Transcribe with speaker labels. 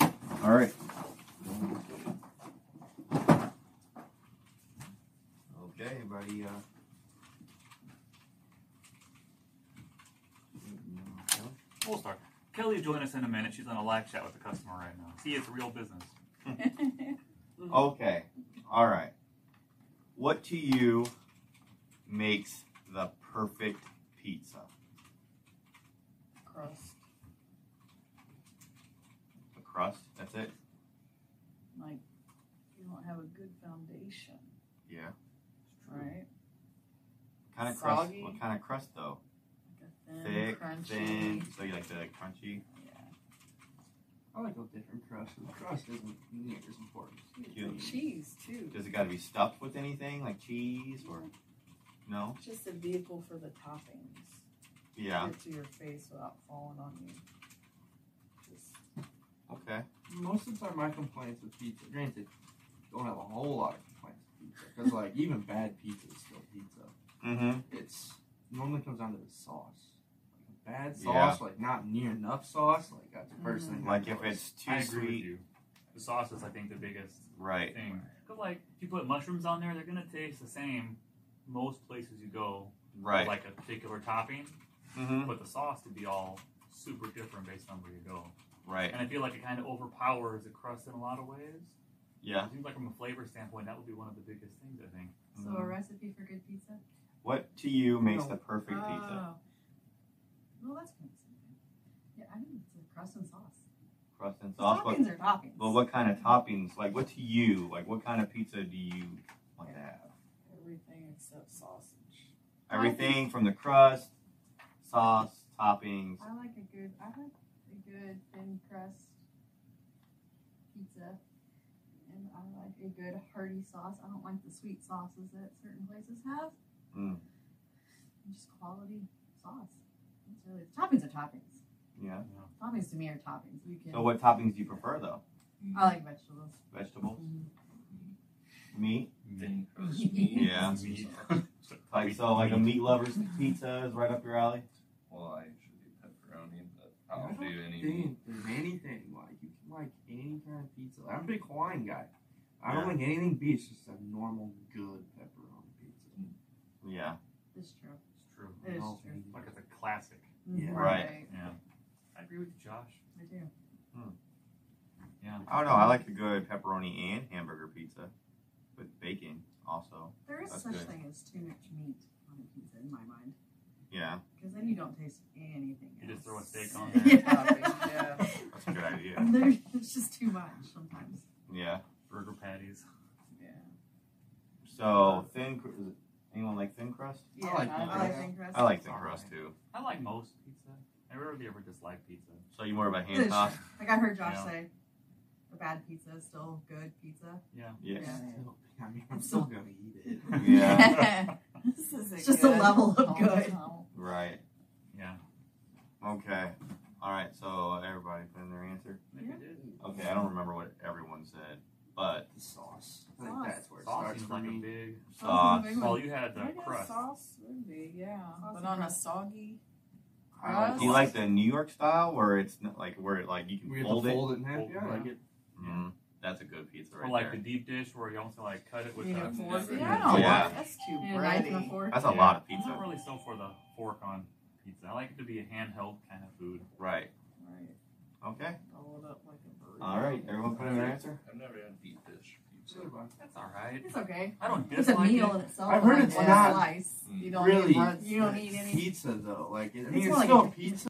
Speaker 1: All right. Okay, everybody, uh.
Speaker 2: We'll start. Kelly's joining us in a minute. She's on a live chat with the customer right now. See, it's real business.
Speaker 1: Okay, all right. What to you makes the perfect pizza?
Speaker 3: crust,
Speaker 1: The crust, that's it?
Speaker 3: like, you don't have a good foundation,
Speaker 1: Yeah.
Speaker 3: right?
Speaker 1: Kind of crust,
Speaker 3: Soggy?
Speaker 1: what kind of crust though?
Speaker 3: Like a thin,
Speaker 1: Thick,
Speaker 3: crunchy.
Speaker 1: thin, so you like the crunchy?
Speaker 4: I like a different crust. The crust isn't near as important.
Speaker 3: Yeah.
Speaker 1: Cute.
Speaker 3: Cheese, too.
Speaker 1: Does it gotta be stuffed with anything, like cheese or, no?
Speaker 3: Just a vehicle for the toppings.
Speaker 1: Yeah,
Speaker 3: Get to your face without falling on you. Just
Speaker 1: okay,
Speaker 4: Most of the time, my complaints with pizza, granted, don't have a whole lot of complaints with pizza, because like even bad pizza is still pizza.
Speaker 1: mm-hmm.
Speaker 4: It's normally comes down to the sauce. Like a bad
Speaker 1: Yeah.
Speaker 4: sauce, like not near enough sauce, like that's the first thing. I
Speaker 1: Mm-hmm. Like if
Speaker 4: notice.
Speaker 1: it's
Speaker 2: I
Speaker 1: too
Speaker 2: agree with
Speaker 1: sweet,
Speaker 2: you. The sauce is, I think, the biggest
Speaker 1: right?
Speaker 2: thing. Because, like, if you put mushrooms on there, they're going to taste the same most places you go with,
Speaker 1: Right.
Speaker 2: like, a particular topping.
Speaker 1: mm-hmm.
Speaker 2: But the sauce to be all super different based on where you go.
Speaker 1: Right.
Speaker 2: And I feel like it kind of overpowers the crust in a lot of ways.
Speaker 1: Yeah.
Speaker 2: It seems like, from a flavor standpoint, that would be one of the biggest things, I think.
Speaker 5: So
Speaker 1: Mm.
Speaker 5: a recipe for good pizza?
Speaker 1: What to you makes
Speaker 4: No.
Speaker 1: the perfect pizza?
Speaker 5: Oh. Well, that's kind of something. Yeah, I think it's a crust and sauce.
Speaker 1: Crust and sauce. What,
Speaker 5: Toppings are toppings.
Speaker 1: well, what kind of toppings? Like, what to you? Like, what kind of pizza do you want to have?
Speaker 3: everything except sausage.
Speaker 1: Everything from the crust, sauce, toppings.
Speaker 5: I like a good. I like a good thin crust pizza, and I like a good hearty sauce. I don't like the sweet sauces that certain places have.
Speaker 1: Mm.
Speaker 5: Just quality sauce. It's really toppings are toppings.
Speaker 1: Yeah. Oh,
Speaker 5: Toppings to me are toppings. You can.
Speaker 1: So, what toppings do you prefer though?
Speaker 5: I like vegetables.
Speaker 1: Vegetables, meat.
Speaker 6: Mm-hmm.
Speaker 2: Meat.
Speaker 1: Yeah.
Speaker 2: Meat.
Speaker 1: Like so, like a meat lover's pizza is right up your alley.
Speaker 6: Well, I usually do pepperoni, but
Speaker 4: I
Speaker 6: I don't
Speaker 4: don't
Speaker 6: do any meat.
Speaker 4: Dude, there's anything like you can like any kind of pizza. I'm a big Hawaiian guy. I don't
Speaker 1: Yeah.
Speaker 4: like anything beef. It's just a normal good pepperoni pizza.
Speaker 1: Yeah.
Speaker 5: It's true.
Speaker 2: It's true.
Speaker 5: It is
Speaker 4: Oh,
Speaker 5: true.
Speaker 2: Like, it's a classic.
Speaker 4: Yeah.
Speaker 1: Right.
Speaker 2: Yeah. I agree with you, Josh.
Speaker 5: I do.
Speaker 2: Yeah.
Speaker 1: I don't know. I like a good pepperoni and hamburger pizza with bacon also.
Speaker 5: There is
Speaker 1: That's
Speaker 5: such
Speaker 1: good.
Speaker 5: thing as too much meat on a pizza in my mind,
Speaker 1: Yeah,
Speaker 5: because then you don't taste anything.
Speaker 2: You just
Speaker 5: else.
Speaker 2: throw a steak on
Speaker 5: Yeah.
Speaker 2: there.
Speaker 1: that's a good idea.
Speaker 5: There- it's just too much sometimes.
Speaker 1: Yeah.
Speaker 2: Burger patties.
Speaker 3: Yeah.
Speaker 1: So thin. cr- Is it, anyone like thin crust?
Speaker 5: Yeah,
Speaker 4: like
Speaker 5: I
Speaker 4: that.
Speaker 5: like thin crust.
Speaker 1: I like thin crust too.
Speaker 2: I like most pizza. I rarely ever dislike pizza.
Speaker 1: So you more of a
Speaker 5: It's-
Speaker 1: hand toss?
Speaker 5: Like I heard Josh
Speaker 2: Yeah.
Speaker 5: say, a bad pizza is still good pizza.
Speaker 1: Yes.
Speaker 5: Yeah.
Speaker 4: Still, I mean, I'm still gonna eat it.
Speaker 1: Yeah.
Speaker 3: This is
Speaker 5: It's just a level of good.
Speaker 1: Right.
Speaker 2: Yeah.
Speaker 1: Okay. All right. So everybody put in their answer.
Speaker 2: Maybe
Speaker 5: Yeah.
Speaker 2: it is.
Speaker 1: Okay. I don't remember what everyone said, but
Speaker 4: The sauce. I think
Speaker 5: Sauce.
Speaker 4: that's where it
Speaker 2: Sauce
Speaker 4: starts
Speaker 2: seems
Speaker 4: for
Speaker 2: like a
Speaker 4: me.
Speaker 2: big.
Speaker 1: sauce.
Speaker 5: big
Speaker 2: Well, you had the
Speaker 3: I guess
Speaker 2: crust.
Speaker 3: sauce would be, yeah.
Speaker 5: Sauce
Speaker 3: but
Speaker 5: and
Speaker 3: on
Speaker 5: crust.
Speaker 3: a soggy,
Speaker 4: I
Speaker 1: Do you
Speaker 3: sauce.
Speaker 1: like the New York style where it's not like where it like you can
Speaker 4: We have to
Speaker 1: fold it?
Speaker 4: fold it in half.
Speaker 2: Fold
Speaker 4: Yeah, I
Speaker 2: it.
Speaker 4: like it.
Speaker 1: Mm, that's a good pizza
Speaker 2: or
Speaker 1: right
Speaker 2: like the
Speaker 1: there.
Speaker 2: deep dish where you almost like cut it with
Speaker 3: you
Speaker 2: the.
Speaker 3: need a fork.
Speaker 6: Yeah.
Speaker 3: I don't
Speaker 1: Yeah.
Speaker 3: like- That's too
Speaker 5: And a knife and a
Speaker 3: bready.
Speaker 5: fork.
Speaker 1: That's a
Speaker 2: Yeah.
Speaker 1: lot of
Speaker 2: I'm not
Speaker 1: pizza.
Speaker 2: really so for the fork on pizza. I like it to be a handheld kind of food.
Speaker 1: Right.
Speaker 3: Right.
Speaker 1: Okay.
Speaker 3: Roll it up like a burrito.
Speaker 1: All right. Everyone put in their answer.
Speaker 6: I've never had deep dish pizza.
Speaker 2: That's all right.
Speaker 5: It's okay.
Speaker 2: I don't
Speaker 5: It's a
Speaker 2: dislike
Speaker 5: meal
Speaker 2: it.
Speaker 5: in itself.
Speaker 4: I've heard
Speaker 5: like
Speaker 4: it's
Speaker 5: one
Speaker 4: not
Speaker 5: slice.
Speaker 6: Mm.
Speaker 5: You don't
Speaker 4: really
Speaker 5: need, you don't need any.
Speaker 4: pizza though. Like, it, I mean,
Speaker 5: It's
Speaker 4: it's,
Speaker 5: more like
Speaker 4: still
Speaker 5: a-
Speaker 4: pizza,